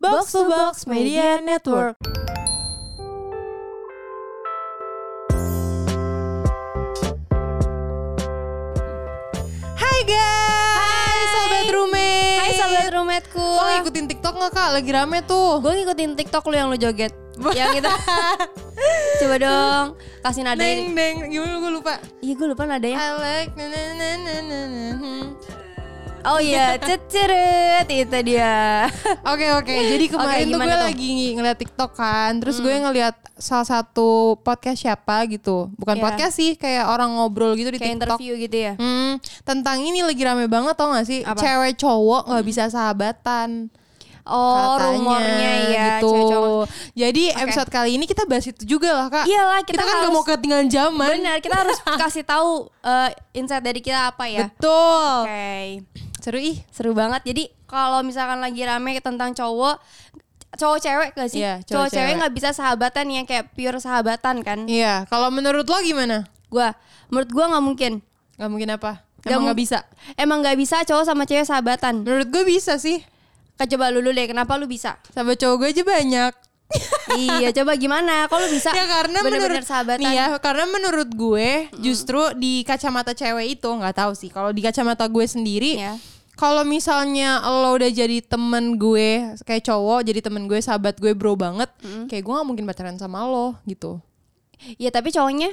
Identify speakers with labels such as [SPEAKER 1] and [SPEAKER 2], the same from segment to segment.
[SPEAKER 1] Box to Box Media Network.
[SPEAKER 2] Hai guys.
[SPEAKER 1] Hai
[SPEAKER 2] sobat roommate.
[SPEAKER 1] Hai sobat rometku.
[SPEAKER 2] Lo ngikutin TikTok nggak kak? Lagi rame tuh.
[SPEAKER 1] Gue ngikutin TikTok lu yang lu joget. yang itu. Coba dong kasih nada.
[SPEAKER 2] Neng Ah. neng gimana gue lupa.
[SPEAKER 1] Iya gue lupa nadanya.
[SPEAKER 2] I like na na na na na na. Hmm.
[SPEAKER 1] Oh iya, ceceret itu dia.
[SPEAKER 2] Oke oke. Jadi kemarin tuh
[SPEAKER 1] Oke, gimana
[SPEAKER 2] gue
[SPEAKER 1] tuh? Hmm.
[SPEAKER 2] lagi ng- ngeliat TikTok kan. Terus gue ngeliat salah satu podcast siapa gitu. Bukan
[SPEAKER 1] Iya.
[SPEAKER 2] podcast sih, kayak orang ngobrol gitu di
[SPEAKER 1] Kayak
[SPEAKER 2] TikTok.
[SPEAKER 1] interview gitu ya.
[SPEAKER 2] Hmm, tentang ini lagi rame banget tau gak sih?
[SPEAKER 1] Apa?
[SPEAKER 2] Cewek cowok nggak bisa sahabatan.
[SPEAKER 1] Oh,
[SPEAKER 2] katanya,
[SPEAKER 1] rumornya ya
[SPEAKER 2] gitu.
[SPEAKER 1] cowok-cowok.
[SPEAKER 2] Jadi episode kali ini kita bahas itu juga lah kak.
[SPEAKER 1] Iyalah, Iya kita
[SPEAKER 2] kan nggak
[SPEAKER 1] harus-
[SPEAKER 2] mau ketinggalan zaman.
[SPEAKER 1] Benar, kita harus kasih tahu eh, insight dari kita apa ya.
[SPEAKER 2] Betul.
[SPEAKER 1] Oke.
[SPEAKER 2] Seru ih.
[SPEAKER 1] Seru banget. Jadi kalau misalkan lagi rame tentang cowok cowok cewek gak sih?
[SPEAKER 2] Iya,
[SPEAKER 1] cowok cewek
[SPEAKER 2] cowok-cewek.
[SPEAKER 1] nggak bisa sahabatan yang kayak pure sahabatan kan?
[SPEAKER 2] Iya. Kalau menurut lo gimana?
[SPEAKER 1] Gua menurut gua nggak mungkin.
[SPEAKER 2] Gak mungkin apa?
[SPEAKER 1] Nggak
[SPEAKER 2] Emang
[SPEAKER 1] mung-
[SPEAKER 2] gak bisa.
[SPEAKER 1] Emang nggak bisa cowok sama cewek sahabatan.
[SPEAKER 2] Menurut gue bisa sih.
[SPEAKER 1] Kak, Coba lu dulu deh, kenapa lu bisa?
[SPEAKER 2] Sama cowok gue aja banyak.
[SPEAKER 1] iya, coba gimana? Kalau lu bisa?
[SPEAKER 2] Ya karena
[SPEAKER 1] bener-bener
[SPEAKER 2] menurut
[SPEAKER 1] sahabatan.
[SPEAKER 2] Nih ya, karena menurut gue justru di kacamata cewek itu nggak tahu sih. Kalau di kacamata gue sendiri
[SPEAKER 1] Iya.
[SPEAKER 2] Kalau misalnya lo udah jadi temen gue kayak cowok, jadi temen gue, sahabat gue, bro banget, kayak gue nggak mungkin pacaran sama lo gitu.
[SPEAKER 1] Iya, tapi cowoknya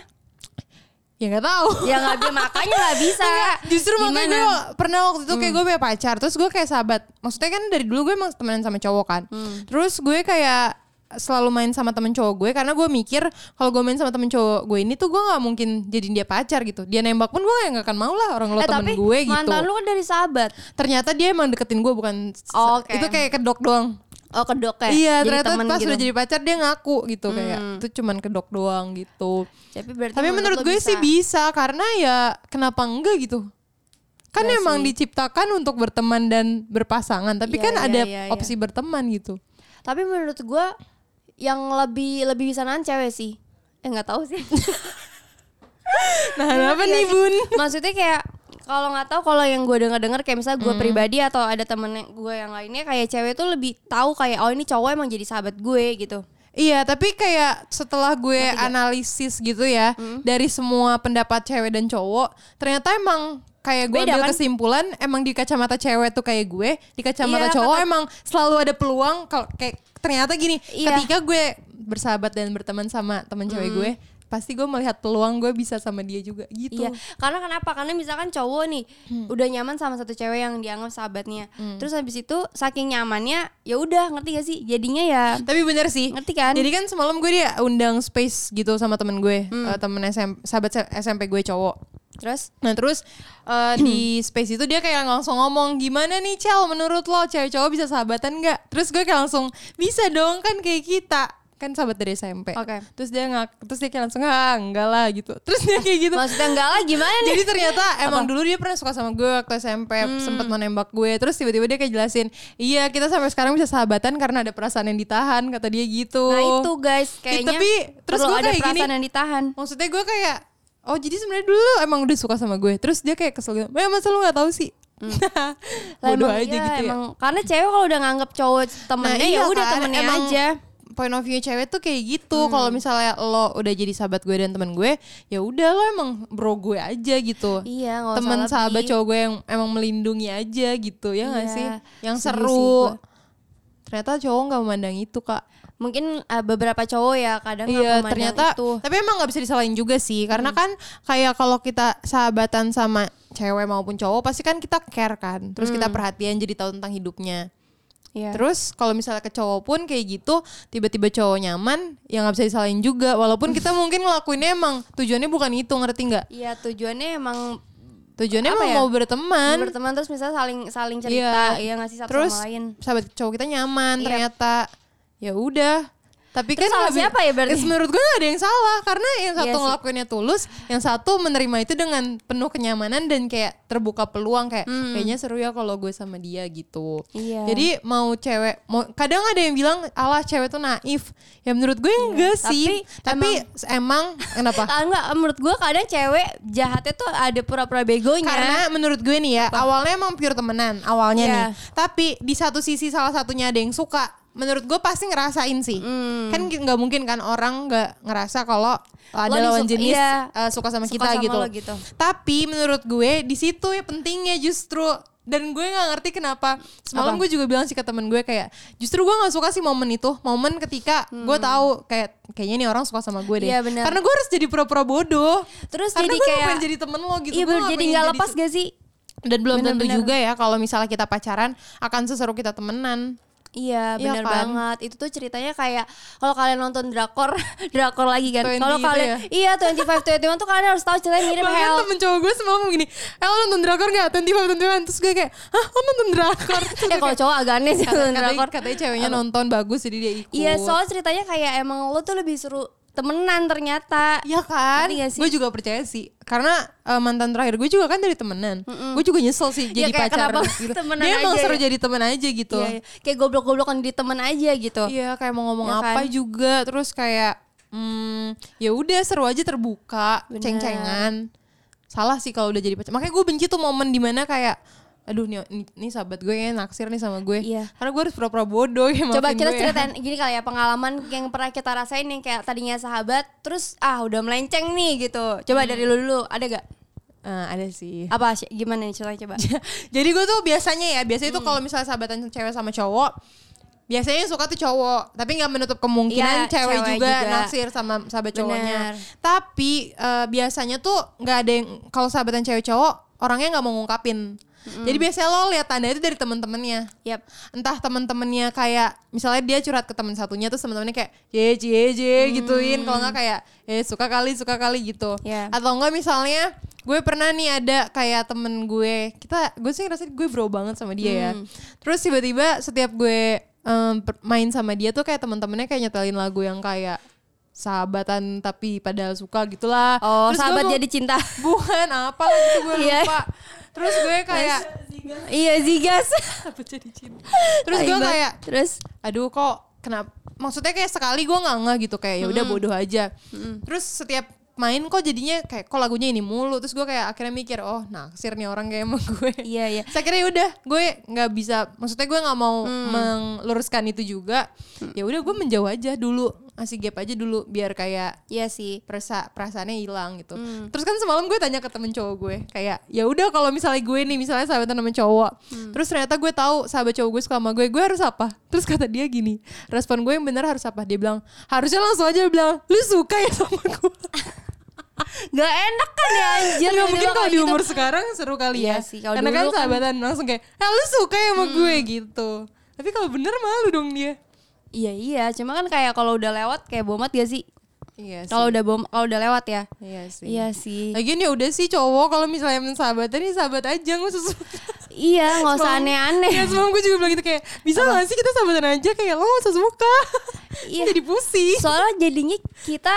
[SPEAKER 2] Ya nggak tahu.
[SPEAKER 1] ya nggak bisa makanya nggak bisa.
[SPEAKER 2] Justru makanya
[SPEAKER 1] Ya, Gimana? Mm.
[SPEAKER 2] gue pernah waktu itu kayak gue punya pacar Terus gue kayak sahabat Maksudnya kan dari dulu gue emang temenan sama cowok kan
[SPEAKER 1] Mm.
[SPEAKER 2] Terus gue kayak selalu main sama temen cowok gue Karena gue mikir kalau gue main sama temen cowok gue ini tuh gue gak mungkin jadiin dia pacar gitu Dia nembak pun gue gak akan mau lah orang lo
[SPEAKER 1] Eh,
[SPEAKER 2] temen
[SPEAKER 1] tapi
[SPEAKER 2] gue gitu
[SPEAKER 1] mantan lu kan dari sahabat.
[SPEAKER 2] Ternyata dia emang deketin gue bukan
[SPEAKER 1] Oh, oke.
[SPEAKER 2] Itu kayak kedok doang
[SPEAKER 1] Oh, kedok ya.
[SPEAKER 2] Iya
[SPEAKER 1] Jadi
[SPEAKER 2] ternyata
[SPEAKER 1] temen
[SPEAKER 2] pas
[SPEAKER 1] gitu.
[SPEAKER 2] udah jadi pacar dia ngaku gitu Kayak itu cuman kedok doang gitu
[SPEAKER 1] Tapi berarti
[SPEAKER 2] tapi menurut
[SPEAKER 1] lu
[SPEAKER 2] gue
[SPEAKER 1] bisa.
[SPEAKER 2] sih bisa karena ya kenapa enggak gitu. Kan
[SPEAKER 1] Iya
[SPEAKER 2] emang
[SPEAKER 1] sih.
[SPEAKER 2] diciptakan untuk berteman dan berpasangan, tapi
[SPEAKER 1] Iya,
[SPEAKER 2] kan
[SPEAKER 1] iya,
[SPEAKER 2] ada
[SPEAKER 1] iya, iya.
[SPEAKER 2] opsi berteman gitu.
[SPEAKER 1] Tapi menurut gue yang lebih lebih bisa nahan cewek sih. Eh nggak tahu sih.
[SPEAKER 2] Nah, apa
[SPEAKER 1] iya
[SPEAKER 2] nih, Bun?
[SPEAKER 1] Maksudnya kayak kalau nggak tahu kalau yang gue denger dengar kayak misalnya gue
[SPEAKER 2] Hmm.
[SPEAKER 1] pribadi atau ada temen yang- gue yang lainnya kayak cewek tuh lebih tahu kayak oh ini cowok emang jadi sahabat gue gitu.
[SPEAKER 2] Iya, tapi kayak setelah gue analisis gitu ya
[SPEAKER 1] Hmm.
[SPEAKER 2] dari semua pendapat cewek dan cowok, ternyata emang kayak gue
[SPEAKER 1] Beda
[SPEAKER 2] ambil
[SPEAKER 1] kan?
[SPEAKER 2] kesimpulan emang di kacamata cewek tuh kayak gue, di kacamata
[SPEAKER 1] Iya,
[SPEAKER 2] cowok
[SPEAKER 1] kata-
[SPEAKER 2] emang selalu ada peluang kalau kayak ternyata gini,
[SPEAKER 1] Iya. Hmm.
[SPEAKER 2] ketika gue bersahabat dan berteman sama teman cewek gue, pasti gue melihat peluang gue bisa sama dia juga gitu.
[SPEAKER 1] Iya, karena kenapa? Karena misalkan cowok nih
[SPEAKER 2] Hmm.
[SPEAKER 1] udah nyaman sama satu cewek yang dianggap sahabatnya. Terus habis itu saking nyamannya ya udah ngerti gak sih? Jadinya ya
[SPEAKER 2] Tapi bener sih.
[SPEAKER 1] ngerti kan?
[SPEAKER 2] Jadi kan semalam gue dia undang space gitu sama temen gue, eh, temen SM, sahabat SMP gue cowok.
[SPEAKER 1] Hmm. Terus
[SPEAKER 2] Nah terus eh, di space itu dia kayak langsung ngomong gimana nih Cel menurut lo cewek cowok bisa sahabatan nggak? Terus gue kayak langsung bisa dong kan kayak kita kan sahabat dari SMP.
[SPEAKER 1] Oke.
[SPEAKER 2] Terus dia ngak, terus dia kayak langsung ah enggak lah gitu. Terus dia kayak gitu.
[SPEAKER 1] maksudnya enggak lah gimana nih?
[SPEAKER 2] Jadi ternyata emang dulu dia pernah suka sama gue waktu SMP
[SPEAKER 1] Hmm.
[SPEAKER 2] sempet menembak gue terus tiba-tiba dia kayak jelasin iya kita sampai sekarang bisa sahabatan karena ada perasaan yang ditahan kata dia gitu.
[SPEAKER 1] Nah itu guys
[SPEAKER 2] Ya,
[SPEAKER 1] kayaknya
[SPEAKER 2] tapi terus
[SPEAKER 1] perlu
[SPEAKER 2] gue
[SPEAKER 1] ada
[SPEAKER 2] kayak
[SPEAKER 1] perasaan
[SPEAKER 2] gini
[SPEAKER 1] yang ditahan.
[SPEAKER 2] maksudnya gue kayak oh jadi sebenarnya dulu emang udah suka sama gue terus dia kayak kesel gitu ya masa lu nggak tahu sih
[SPEAKER 1] Lah,
[SPEAKER 2] Hmm. bodoh
[SPEAKER 1] emang
[SPEAKER 2] aja
[SPEAKER 1] iya,
[SPEAKER 2] gitu
[SPEAKER 1] emang karena cewek kalau udah nganggap cowok
[SPEAKER 2] Nah,
[SPEAKER 1] temennya
[SPEAKER 2] iya
[SPEAKER 1] ya udah
[SPEAKER 2] kan,
[SPEAKER 1] temennya
[SPEAKER 2] emang-
[SPEAKER 1] aja.
[SPEAKER 2] ya point of view cewek tuh kayak gitu kalau misalnya lo udah jadi sahabat gue dan temen gue ya udah lo emang bro gue aja gitu
[SPEAKER 1] Iya, nggak usah
[SPEAKER 2] temen
[SPEAKER 1] lebih.
[SPEAKER 2] sahabat cowok gue yang emang melindungi aja gitu ya nggak
[SPEAKER 1] Iya,
[SPEAKER 2] sih yang
[SPEAKER 1] setuju sih
[SPEAKER 2] seru
[SPEAKER 1] gue.
[SPEAKER 2] ternyata cowok nggak memandang itu kak
[SPEAKER 1] Mungkin eh, beberapa cowok ya kadang nggak
[SPEAKER 2] Iya
[SPEAKER 1] memandang
[SPEAKER 2] ternyata
[SPEAKER 1] itu. Hmm.
[SPEAKER 2] tapi emang nggak bisa disalahin juga sih karena kan kayak kalau kita sahabatan sama cewek maupun cowok pasti kan kita care kan terus kita perhatian jadi tahu tentang hidupnya
[SPEAKER 1] Hmm. Iya.
[SPEAKER 2] terus kalau misalnya ke cowok pun kayak gitu tiba-tiba cowok nyaman ya nggak bisa disalahin juga walaupun kita mungkin ngelakuinnya emang tujuannya bukan itu ngerti nggak
[SPEAKER 1] Iya tujuannya emang
[SPEAKER 2] tujuannya
[SPEAKER 1] Apa
[SPEAKER 2] emang
[SPEAKER 1] ya?
[SPEAKER 2] mau berteman
[SPEAKER 1] berteman terus misalnya saling saling
[SPEAKER 2] Iya.
[SPEAKER 1] cerita, ya ngasih satu
[SPEAKER 2] terus
[SPEAKER 1] sama lain.
[SPEAKER 2] sahabat cowok kita nyaman
[SPEAKER 1] Iya.
[SPEAKER 2] ternyata ya udah tapi kan
[SPEAKER 1] Terus salah
[SPEAKER 2] nggak bi-
[SPEAKER 1] siapa ya berarti?
[SPEAKER 2] menurut gue gak ada yang salah karena yang satu
[SPEAKER 1] Iya sih.
[SPEAKER 2] ngelakuinnya tulus yang satu menerima itu dengan penuh kenyamanan dan kayak terbuka peluang kayak kayaknya seru ya kalau gue sama dia gitu
[SPEAKER 1] Hmm. Iya.
[SPEAKER 2] jadi mau cewek mau kadang ada yang bilang Allah cewek tuh naif ya menurut gue enggak
[SPEAKER 1] Iya. Tapi
[SPEAKER 2] sih tapi emang, kenapa
[SPEAKER 1] Ah, enggak, menurut gua kadang cewek jahatnya tuh ada pura-pura begonya.
[SPEAKER 2] Karena menurut gue nih ya, awalnya emang pure temenan awalnya
[SPEAKER 1] Iya.
[SPEAKER 2] nih. Tapi di satu sisi salah satunya ada yang suka, menurut gue pasti ngerasain sih
[SPEAKER 1] Hmm.
[SPEAKER 2] kan nggak mungkin kan orang nggak ngerasa kalau ada
[SPEAKER 1] disuka-
[SPEAKER 2] lawan jenis
[SPEAKER 1] iya.
[SPEAKER 2] eh, suka sama
[SPEAKER 1] Suka
[SPEAKER 2] kita
[SPEAKER 1] sama
[SPEAKER 2] gitu.
[SPEAKER 1] lo gitu.
[SPEAKER 2] tapi menurut gue di situ ya pentingnya justru dan gue nggak ngerti kenapa semalam
[SPEAKER 1] Apa?
[SPEAKER 2] gue juga bilang sih ke temen gue kayak justru gue nggak suka sih momen itu momen ketika gue tahu kayak kayaknya nih orang suka sama gue deh
[SPEAKER 1] Hmm. Iya, benar.
[SPEAKER 2] karena gue harus jadi pura-pura bodoh
[SPEAKER 1] Terus
[SPEAKER 2] karena
[SPEAKER 1] jadi
[SPEAKER 2] gue
[SPEAKER 1] kayak-
[SPEAKER 2] pengen jadi temen lo gitu
[SPEAKER 1] iya
[SPEAKER 2] Gue
[SPEAKER 1] bener, jadi
[SPEAKER 2] pengen
[SPEAKER 1] nggak lepas
[SPEAKER 2] se-
[SPEAKER 1] gak sih
[SPEAKER 2] dan belum tentu
[SPEAKER 1] Bener-bener.
[SPEAKER 2] juga ya kalau misalnya kita pacaran akan seseru kita temenan
[SPEAKER 1] Iya
[SPEAKER 2] Iya
[SPEAKER 1] benar
[SPEAKER 2] kan?
[SPEAKER 1] banget itu tuh ceritanya kayak kalau kalian nonton drakor drakor lagi kan
[SPEAKER 2] 20
[SPEAKER 1] kalau
[SPEAKER 2] itu ya?
[SPEAKER 1] kalian iya 25 21 tuh kalian harus tahu ceritanya mirip
[SPEAKER 2] Bahkan
[SPEAKER 1] Hell
[SPEAKER 2] temen cowok gue semalam gini Eh lo nonton drakor gak? Twenty five, twenty one Terus gue kayak Hah lo nonton drakor? Terus
[SPEAKER 1] eh
[SPEAKER 2] gue
[SPEAKER 1] kalau
[SPEAKER 2] kayak,
[SPEAKER 1] cowok agak aneh sih
[SPEAKER 2] kata-
[SPEAKER 1] nonton
[SPEAKER 2] katanya,
[SPEAKER 1] drakor
[SPEAKER 2] katanya ceweknya nonton bagus jadi dia ikut
[SPEAKER 1] iya soal ceritanya kayak emang lo tuh lebih seru temenan ternyata
[SPEAKER 2] Iya kan?
[SPEAKER 1] Ngerti gak sih?
[SPEAKER 2] Gue juga percaya sih Karena eh, mantan terakhir gue juga kan dari temenan Gue juga nyesel sih jadi
[SPEAKER 1] Iya, kayak
[SPEAKER 2] pacar
[SPEAKER 1] kenapa
[SPEAKER 2] gitu.
[SPEAKER 1] temenan
[SPEAKER 2] Dia emang
[SPEAKER 1] aja
[SPEAKER 2] seru
[SPEAKER 1] ya?
[SPEAKER 2] jadi temen aja gitu
[SPEAKER 1] Iya, iya. kayak goblok-goblokan di temen aja gitu
[SPEAKER 2] Iya kayak mau ngomong
[SPEAKER 1] Iya
[SPEAKER 2] apa
[SPEAKER 1] kan?
[SPEAKER 2] juga Terus kayak hmm, ya udah seru aja terbuka
[SPEAKER 1] Bener.
[SPEAKER 2] Ceng-cengan Salah sih kalau udah jadi pacar Makanya gue benci tuh momen dimana kayak Aduh nih, nih, nih sahabat gue kayaknya naksir nih sama gue
[SPEAKER 1] Iya.
[SPEAKER 2] Karena gue harus pura-pura bodoh ya
[SPEAKER 1] Coba
[SPEAKER 2] maafin
[SPEAKER 1] kita
[SPEAKER 2] gue ya.
[SPEAKER 1] ceritain gini kali ya pengalaman yang pernah kita rasain yang kayak tadinya sahabat terus ah udah melenceng nih gitu. Coba
[SPEAKER 2] Hmm.
[SPEAKER 1] dari lu dulu ada gak?
[SPEAKER 2] Eh, Ada sih
[SPEAKER 1] Apa sih? gimana nih ceritanya coba?
[SPEAKER 2] Jadi gue tuh biasanya ya, biasanya tuh kalau misalnya sahabatan cewek sama cowok, biasanya yang suka tuh cowok, tapi nggak menutup kemungkinan
[SPEAKER 1] Iya,
[SPEAKER 2] cewek,
[SPEAKER 1] cewek
[SPEAKER 2] juga,
[SPEAKER 1] juga.
[SPEAKER 2] naksir sama sahabat cowoknya.
[SPEAKER 1] Benar.
[SPEAKER 2] Tapi eh, biasanya tuh nggak ada yang kalau sahabatan cewek cowok orangnya nggak mau ngungkapin. Jadi biasanya lo lihat tanda itu dari temen-temennya
[SPEAKER 1] Yap.
[SPEAKER 2] entah temen-temennya kayak misalnya dia curhat ke teman satunya terus temen-temennya kayak ye cie cie
[SPEAKER 1] Hmm.
[SPEAKER 2] gituin kalau nggak kayak eh suka kali suka kali gitu
[SPEAKER 1] Iya.
[SPEAKER 2] atau enggak misalnya gue pernah nih ada kayak temen gue kita gue sih ngerasa gue bro banget sama dia
[SPEAKER 1] Hmm.
[SPEAKER 2] ya terus tiba-tiba setiap gue em, per- main sama dia tuh kayak temen-temennya kayak nyetelin lagu yang kayak sahabatan tapi padahal suka gitulah
[SPEAKER 1] Oh,
[SPEAKER 2] Terus gue
[SPEAKER 1] sahabat
[SPEAKER 2] mau-
[SPEAKER 1] jadi cinta.
[SPEAKER 2] bukan apa lah gitu gue
[SPEAKER 1] Iya.
[SPEAKER 2] lupa terus gue kayak
[SPEAKER 1] iya Zigas.
[SPEAKER 2] terus gue
[SPEAKER 1] Aibat.
[SPEAKER 2] kayak
[SPEAKER 1] terus
[SPEAKER 2] aduh kok kenapa maksudnya kayak sekali gue nggak nggak gitu kayak ya udah bodoh aja terus setiap main kok jadinya kayak kok lagunya ini mulu terus gue kayak akhirnya mikir oh naksir nih orang kayak emang gue
[SPEAKER 1] iya iya.
[SPEAKER 2] saya kira udah gue nggak bisa maksudnya gue nggak mau meluruskan itu juga ya udah gue menjauh aja dulu ngasih gap aja dulu biar kayak
[SPEAKER 1] Iya sih.
[SPEAKER 2] perasa perasaannya hilang gitu.
[SPEAKER 1] Hmm.
[SPEAKER 2] Terus kan semalam gue tanya ke temen cowok gue kayak ya udah kalau misalnya gue nih misalnya sahabatan sama cowok,
[SPEAKER 1] Hmm.
[SPEAKER 2] terus ternyata gue tahu sahabat cowok gue suka sama gue, gue harus apa? Terus kata dia gini, respon gue yang benar harus apa? Dia bilang harusnya langsung aja bilang lu suka ya sama gue.
[SPEAKER 1] Gak enak kan ya anjir.
[SPEAKER 2] Nggak Ah, mungkin
[SPEAKER 1] tiba-tiba
[SPEAKER 2] kalau
[SPEAKER 1] kayak
[SPEAKER 2] di
[SPEAKER 1] gitu.
[SPEAKER 2] umur sekarang seru kali ya.
[SPEAKER 1] Iya sih, kalau
[SPEAKER 2] Karena kan
[SPEAKER 1] dulu kan- Hmm.
[SPEAKER 2] sahabatan langsung kayak, eh lu suka ya sama gue gitu. Tapi kalau bener malu dong dia.
[SPEAKER 1] Iya iya, cuma kan kayak kalau udah lewat kayak bomat gak sih?
[SPEAKER 2] Iya
[SPEAKER 1] Kalau udah bom kalau udah lewat ya.
[SPEAKER 2] Iya sih.
[SPEAKER 1] Iya sih.
[SPEAKER 2] Lagian ya udah sih cowok kalau misalnya emang sahabatan ya sahabat aja nggak usah suka.
[SPEAKER 1] Iya, nggak usah
[SPEAKER 2] Semalam- Iya
[SPEAKER 1] aneh-aneh.
[SPEAKER 2] semalam gue juga bilang gitu kayak bisa nggak sih kita sahabatan aja kayak lo gak usah suka.
[SPEAKER 1] Iya.
[SPEAKER 2] Jadi pusing.
[SPEAKER 1] Soalnya jadinya kita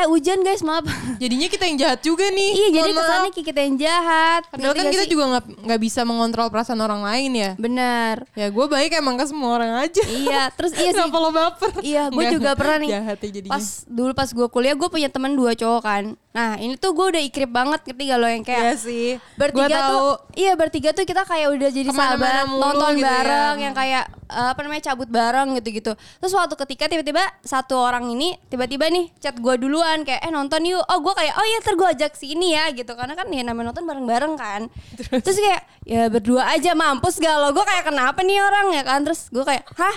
[SPEAKER 1] eh hujan guys, maaf.
[SPEAKER 2] Jadinya kita yang jahat juga nih.
[SPEAKER 1] iya, jadi
[SPEAKER 2] mohon maaf.
[SPEAKER 1] kesannya kayak kita yang jahat.
[SPEAKER 2] Padahal
[SPEAKER 1] Ngerti
[SPEAKER 2] kan
[SPEAKER 1] nggak
[SPEAKER 2] kita
[SPEAKER 1] sih?
[SPEAKER 2] juga nggak nggak bisa mengontrol perasaan orang lain ya.
[SPEAKER 1] Benar.
[SPEAKER 2] Ya gue baik emang ke semua orang aja.
[SPEAKER 1] Iya, terus iya sih.
[SPEAKER 2] Kenapa lo baper?
[SPEAKER 1] Iya, gue
[SPEAKER 2] Nggak,
[SPEAKER 1] juga pernah nih.
[SPEAKER 2] Jahat ya jadinya.
[SPEAKER 1] Pas dulu pas gue kuliah, gue punya teman dua cowok kan. Nah, ini tuh gue udah ikrip banget ketiga lo yang
[SPEAKER 2] Iya
[SPEAKER 1] kayak
[SPEAKER 2] sih.
[SPEAKER 1] bertiga
[SPEAKER 2] Gua tahu.
[SPEAKER 1] tuh iya bertiga tuh kita kayak udah jadi
[SPEAKER 2] Kemana-mana
[SPEAKER 1] sahabat
[SPEAKER 2] mulu
[SPEAKER 1] nonton
[SPEAKER 2] gitu ya.
[SPEAKER 1] bareng yang kayak eh, apa namanya cabut bareng gitu-gitu terus suatu ketika tiba-tiba satu orang ini tiba-tiba nih chat gue duluan kayak eh nonton yuk oh gue kayak oh iya ntar gue ajak si ini ya gitu karena kan ya namanya nonton bareng-bareng kan terus, kayak ya berdua aja mampus gak lo gue kayak kenapa nih orang ya kan terus gue kayak hah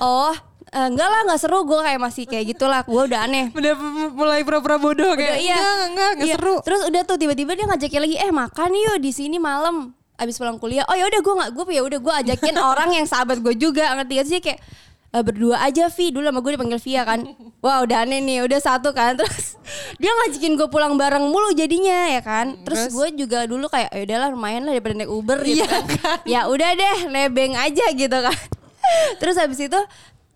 [SPEAKER 1] oh eh, enggak lah nggak seru gue kayak masih kayak gitulah gue udah aneh
[SPEAKER 2] Udah m- mulai pura-pura bodoh kayak
[SPEAKER 1] Udah, iya.
[SPEAKER 2] enggak enggak enggak
[SPEAKER 1] Iya.
[SPEAKER 2] seru.
[SPEAKER 1] Terus udah tuh tiba-tiba dia ngajakin lagi, eh makan yuk di sini malam. Abis pulang kuliah, oh ya udah gue nggak gue ya udah gue ajakin orang yang sahabat gue juga ngerti gak sih kayak "Eh, berdua aja Vi dulu sama gue dipanggil Via kan Wah udah aneh nih udah satu kan Terus dia ngajakin gue pulang bareng mulu jadinya ya kan
[SPEAKER 2] Terus?
[SPEAKER 1] Terus,
[SPEAKER 2] Iya
[SPEAKER 1] gue juga dulu kayak ya udahlah lumayan lah daripada naik Uber gitu kan. Ya udah deh nebeng aja gitu kan Terus habis itu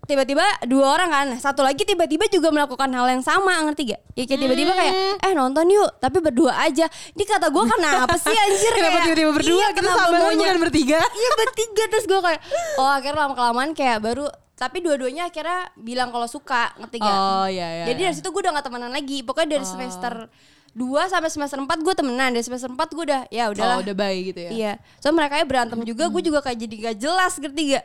[SPEAKER 1] tiba-tiba dua orang kan Nah, satu lagi tiba-tiba juga melakukan hal yang sama ngerti gak? Ya kayak tiba-tiba kayak
[SPEAKER 2] Hmm.
[SPEAKER 1] eh nonton yuk tapi berdua aja ini kata gue kenapa sih anjir
[SPEAKER 2] Kenapa
[SPEAKER 1] kayak,
[SPEAKER 2] tiba-tiba berdua?
[SPEAKER 1] iya,
[SPEAKER 2] kita
[SPEAKER 1] kenapa
[SPEAKER 2] sahabatan
[SPEAKER 1] maunya?
[SPEAKER 2] bukan bertiga.
[SPEAKER 1] iya bertiga terus gue kayak oh akhirnya lama kelamaan kayak baru tapi dua-duanya akhirnya bilang kalau suka ngerti gak?
[SPEAKER 2] Oh, iya, iya,
[SPEAKER 1] jadi dari
[SPEAKER 2] iya. Oh.
[SPEAKER 1] situ gue udah gak temenan lagi pokoknya dari semester 2 sampai semester 4 gue temenan dari semester 4 gue udah ya udahlah
[SPEAKER 2] Oh, udah baik gitu ya. Hmm.
[SPEAKER 1] iya so mereka berantem juga gue juga kayak jadi gak jelas ngerti gak?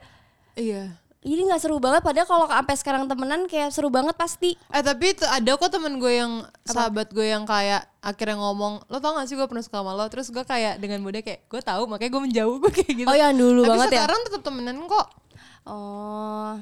[SPEAKER 2] Iya.
[SPEAKER 1] Jadi nggak seru banget padahal kalau sampai sekarang temenan kayak seru banget pasti.
[SPEAKER 2] Eh tapi itu ada kok temen gue yang sahabat gue yang kayak akhirnya ngomong lo tau gak sih gue pernah suka sama lo terus gue kayak dengan mudah kayak gue tahu makanya gue menjauh gue kayak gitu
[SPEAKER 1] Oh, yang dulu
[SPEAKER 2] tapi
[SPEAKER 1] banget ya?
[SPEAKER 2] sekarang tetap temenan kok
[SPEAKER 1] Oh.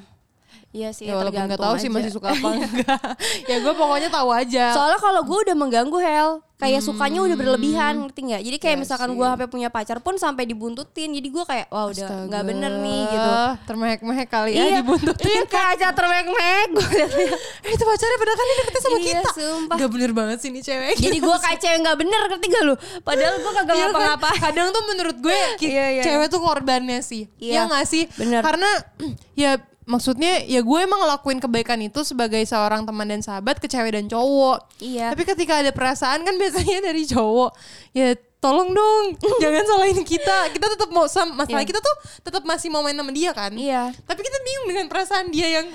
[SPEAKER 1] Iya sih,
[SPEAKER 2] ya walaupun nggak
[SPEAKER 1] tergantung
[SPEAKER 2] tahu sih
[SPEAKER 1] aja.
[SPEAKER 2] masih suka apa enggak ya gue pokoknya tahu aja
[SPEAKER 1] Soalnya kalau gue udah mengganggu Hel, kayak
[SPEAKER 2] Hmm.
[SPEAKER 1] sukanya udah berlebihan, ngerti nggak? Jadi
[SPEAKER 2] Iya
[SPEAKER 1] kayak misalkan gue sampai punya pacar pun sampai dibuntutin, jadi gue kayak wah udah
[SPEAKER 2] Astaga,
[SPEAKER 1] nggak bener nih gitu.
[SPEAKER 2] termehek-mehek kali ya dibuntutin
[SPEAKER 1] iya kayak aja termek-mek gue liatnya.
[SPEAKER 2] Eh, itu pacarnya padahal kan dia deketnya sama
[SPEAKER 1] Iya,
[SPEAKER 2] kita
[SPEAKER 1] sumpah.
[SPEAKER 2] Gak bener banget sih nih cewek
[SPEAKER 1] gitu. Jadi gue kayak cewek nggak bener, ngerti gak lu? Padahal gue kagak
[SPEAKER 2] Iya kan?
[SPEAKER 1] ngapa-ngapa.
[SPEAKER 2] Kadang tuh menurut gue ki-
[SPEAKER 1] Iya, iya,
[SPEAKER 2] cewek tuh korbannya sih.
[SPEAKER 1] Iya,
[SPEAKER 2] Iya nggak sih?
[SPEAKER 1] bener.
[SPEAKER 2] Karena ya maksudnya ya gue emang ngelakuin kebaikan itu sebagai seorang teman dan sahabat ke cewek dan cowok.
[SPEAKER 1] Iya.
[SPEAKER 2] Tapi ketika ada perasaan kan biasanya dari cowok ya tolong dong jangan salahin kita kita tetap mau sam- masalah
[SPEAKER 1] Iya.
[SPEAKER 2] kita tuh tetap masih mau main sama dia kan
[SPEAKER 1] Iya.
[SPEAKER 2] tapi kita bingung dengan perasaan dia yang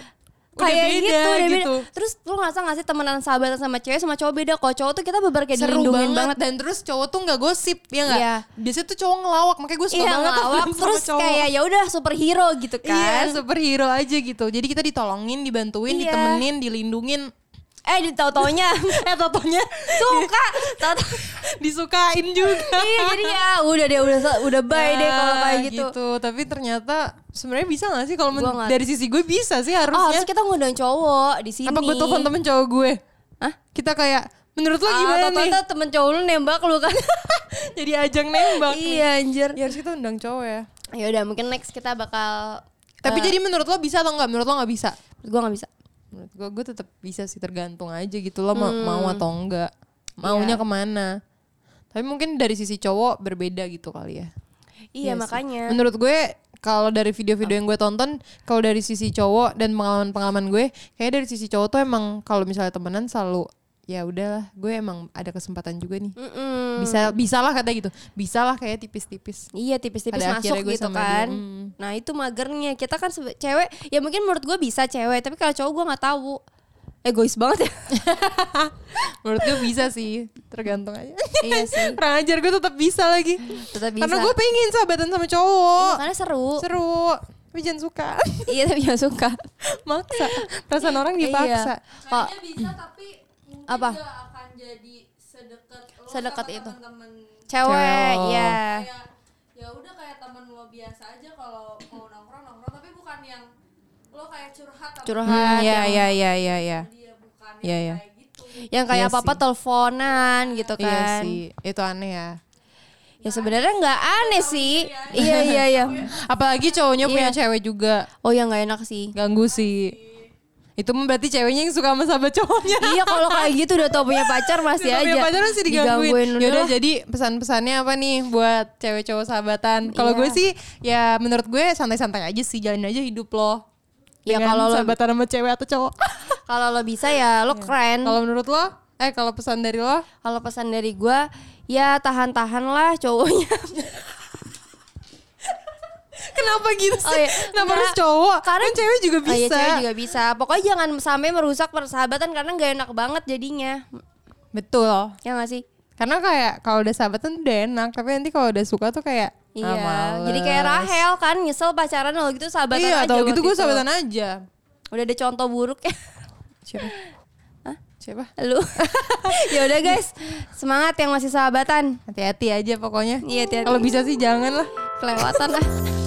[SPEAKER 2] udah
[SPEAKER 1] kayak
[SPEAKER 2] beda
[SPEAKER 1] gitu, udah
[SPEAKER 2] gitu,
[SPEAKER 1] beda. Terus lu ngerasa nggak sih temenan sahabatan sama cewek sama cowok beda? Kalau cowok tuh kita bebar kayak
[SPEAKER 2] seru
[SPEAKER 1] dilindungin
[SPEAKER 2] banget.
[SPEAKER 1] banget.
[SPEAKER 2] dan terus cowok tuh nggak gosip ya nggak
[SPEAKER 1] Iya.
[SPEAKER 2] biasanya tuh cowok ngelawak makanya gue suka
[SPEAKER 1] Iya
[SPEAKER 2] banget
[SPEAKER 1] ngelawak,
[SPEAKER 2] temenan sama
[SPEAKER 1] terus
[SPEAKER 2] cowok.
[SPEAKER 1] kayak ya udah superhero gitu
[SPEAKER 2] Iya,
[SPEAKER 1] kan.
[SPEAKER 2] superhero aja gitu. Jadi kita ditolongin, dibantuin,
[SPEAKER 1] Iya.
[SPEAKER 2] ditemenin, dilindungin.
[SPEAKER 1] eh di tau-taunya
[SPEAKER 2] Eh, totonya
[SPEAKER 1] suka, tau-tau-
[SPEAKER 2] disukain juga.
[SPEAKER 1] iya jadi ya udah deh udah udah bye deh kalau
[SPEAKER 2] Nah,
[SPEAKER 1] kayak gitu.
[SPEAKER 2] Tapi ternyata sebenarnya bisa gak sih kalau men-
[SPEAKER 1] Gua nggak-
[SPEAKER 2] dari sisi gue bisa sih
[SPEAKER 1] Oh, harusnya
[SPEAKER 2] harusnya.
[SPEAKER 1] kita ngundang cowok di sini.
[SPEAKER 2] Apa gue telepon temen cowok gue?
[SPEAKER 1] Hah?
[SPEAKER 2] Kita kayak menurut lo
[SPEAKER 1] Ah,
[SPEAKER 2] gimana
[SPEAKER 1] tau-tau
[SPEAKER 2] nih?
[SPEAKER 1] tuh temen cowok lu nembak lu kan.
[SPEAKER 2] Jadi ajang nembak. nih.
[SPEAKER 1] iya anjir.
[SPEAKER 2] Ya harus kita undang cowok ya.
[SPEAKER 1] Ya udah mungkin next kita bakal
[SPEAKER 2] Tapi jadi menurut lo bisa atau nggak? Menurut lo nggak bisa?
[SPEAKER 1] gue nggak bisa.
[SPEAKER 2] Menurut gue, gue tetap bisa sih tergantung aja gitu lo mau, mau atau enggak. Maunya
[SPEAKER 1] Iya.
[SPEAKER 2] kemana. Tapi mungkin dari sisi cowok berbeda gitu kali ya.
[SPEAKER 1] Iya,
[SPEAKER 2] sih.
[SPEAKER 1] makanya.
[SPEAKER 2] Menurut gue kalau dari video-video yang gue tonton, kalau dari sisi cowok dan pengalaman-pengalaman gue, kayak dari sisi cowok tuh emang kalau misalnya temenan selalu ya udahlah, gue emang ada kesempatan juga nih.
[SPEAKER 1] Mm-mm.
[SPEAKER 2] Bisa bisalah kata gitu. Bisalah kayak tipis-tipis.
[SPEAKER 1] Iya tipis-tipis
[SPEAKER 2] Pada
[SPEAKER 1] masuk
[SPEAKER 2] akhirnya gue
[SPEAKER 1] gitu
[SPEAKER 2] sama
[SPEAKER 1] kan.
[SPEAKER 2] dia, mm.
[SPEAKER 1] Nah itu magernya kita kan sebe- cewek ya mungkin menurut gue bisa cewek tapi kalau cowok gue nggak tahu egois banget ya.
[SPEAKER 2] Menurut gue bisa sih, tergantung aja.
[SPEAKER 1] Iya sih.
[SPEAKER 2] Kurang ajar gue tetap bisa lagi.
[SPEAKER 1] Tetap bisa.
[SPEAKER 2] Karena gue pengen sahabatan sama
[SPEAKER 1] Iya,
[SPEAKER 2] cowok.
[SPEAKER 1] karena seru.
[SPEAKER 2] Oh. Seru. Tapi jangan suka.
[SPEAKER 1] iya tapi gak suka.
[SPEAKER 2] Maksa. Perasaan orang dipaksa.
[SPEAKER 1] Iya. Kok
[SPEAKER 3] Kayaknya bisa tapi mungkin
[SPEAKER 1] Apa?
[SPEAKER 3] gak akan jadi sedekat lo
[SPEAKER 1] Sedekat
[SPEAKER 3] sama
[SPEAKER 1] itu.
[SPEAKER 3] temen-temen
[SPEAKER 1] cewek
[SPEAKER 2] Cowok.
[SPEAKER 1] ya.
[SPEAKER 3] kayak ya udah kayak temen lo biasa aja kalau mau nongkrong nongkrong tapi bukan yang lo kayak curhat sama
[SPEAKER 1] Curhat.
[SPEAKER 2] ya,
[SPEAKER 1] yang-
[SPEAKER 2] ya, ya, ya, ya.
[SPEAKER 3] dia bukan
[SPEAKER 2] Iya,
[SPEAKER 3] yang
[SPEAKER 2] iya.
[SPEAKER 3] kayak gitu
[SPEAKER 1] Yang kayak
[SPEAKER 2] Iya
[SPEAKER 1] apa-apa
[SPEAKER 2] sih.
[SPEAKER 1] teleponan gitu kan.
[SPEAKER 2] Iya sih, itu aneh ya.
[SPEAKER 1] Ya sebenarnya nggak aneh sih. iya iya iya.
[SPEAKER 2] Apalagi cowoknya punya
[SPEAKER 1] Iya.
[SPEAKER 2] cewek juga,
[SPEAKER 1] Oh ya nggak enak sih.
[SPEAKER 2] ganggu
[SPEAKER 3] Iya
[SPEAKER 2] sih. Itu mah berarti ceweknya yang suka sama sahabat cowoknya.
[SPEAKER 1] iya kalau kayak gitu udah tau punya pacar
[SPEAKER 2] Udah
[SPEAKER 1] masih aja.
[SPEAKER 2] punya pacar masih digangguin. Yaudah
[SPEAKER 1] Yaudah
[SPEAKER 2] jadi pesan-pesannya apa nih buat cewek cowok sahabatan? Kalau
[SPEAKER 1] Iya.
[SPEAKER 2] gue sih ya menurut gue santai-santai aja sih, jalanin aja hidup lo.
[SPEAKER 1] Ya,
[SPEAKER 2] Dengan
[SPEAKER 1] kalau lo- Hmm.
[SPEAKER 2] sahabatan sama cewek atau cowok.
[SPEAKER 1] kalau lo bisa ya lo
[SPEAKER 2] Iya.
[SPEAKER 1] keren.
[SPEAKER 2] kalau menurut lo, eh kalau pesan dari lo,
[SPEAKER 1] Kalau pesan dari gue, ya tahan-tahan lah cowoknya.
[SPEAKER 2] kenapa gitu sih?
[SPEAKER 1] Oh, iya.
[SPEAKER 2] Kenapa
[SPEAKER 1] Nggak.
[SPEAKER 2] harus cowok?
[SPEAKER 1] Karena-
[SPEAKER 2] kan cewek juga
[SPEAKER 1] Oh,
[SPEAKER 2] bisa.
[SPEAKER 1] iya, cewek juga bisa. Pokoknya jangan sampai merusak persahabatan karena nggak enak banget jadinya.
[SPEAKER 2] Betul.
[SPEAKER 1] Ya nggak sih?
[SPEAKER 2] Karena kayak kalau udah sahabatan tuh udah enak, tapi nanti kalau udah suka tuh kayak
[SPEAKER 1] Iya.
[SPEAKER 2] ah, males.
[SPEAKER 1] Jadi kayak Rahel kan nyesel pacaran kalau gitu sahabatan
[SPEAKER 2] Iya,
[SPEAKER 1] aja.
[SPEAKER 2] tau
[SPEAKER 1] waktu
[SPEAKER 2] gitu gue
[SPEAKER 1] itu.
[SPEAKER 2] sahabatan aja.
[SPEAKER 1] Udah ada contoh buruk ya.
[SPEAKER 2] Siapa?
[SPEAKER 1] Hah?
[SPEAKER 2] Siapa?
[SPEAKER 1] Lu. ya udah guys, semangat yang masih sahabatan.
[SPEAKER 2] Hati-hati aja pokoknya.
[SPEAKER 1] Iya, hati-hati.
[SPEAKER 2] Kalau bisa sih jangan lah.
[SPEAKER 1] Kelewatan lah.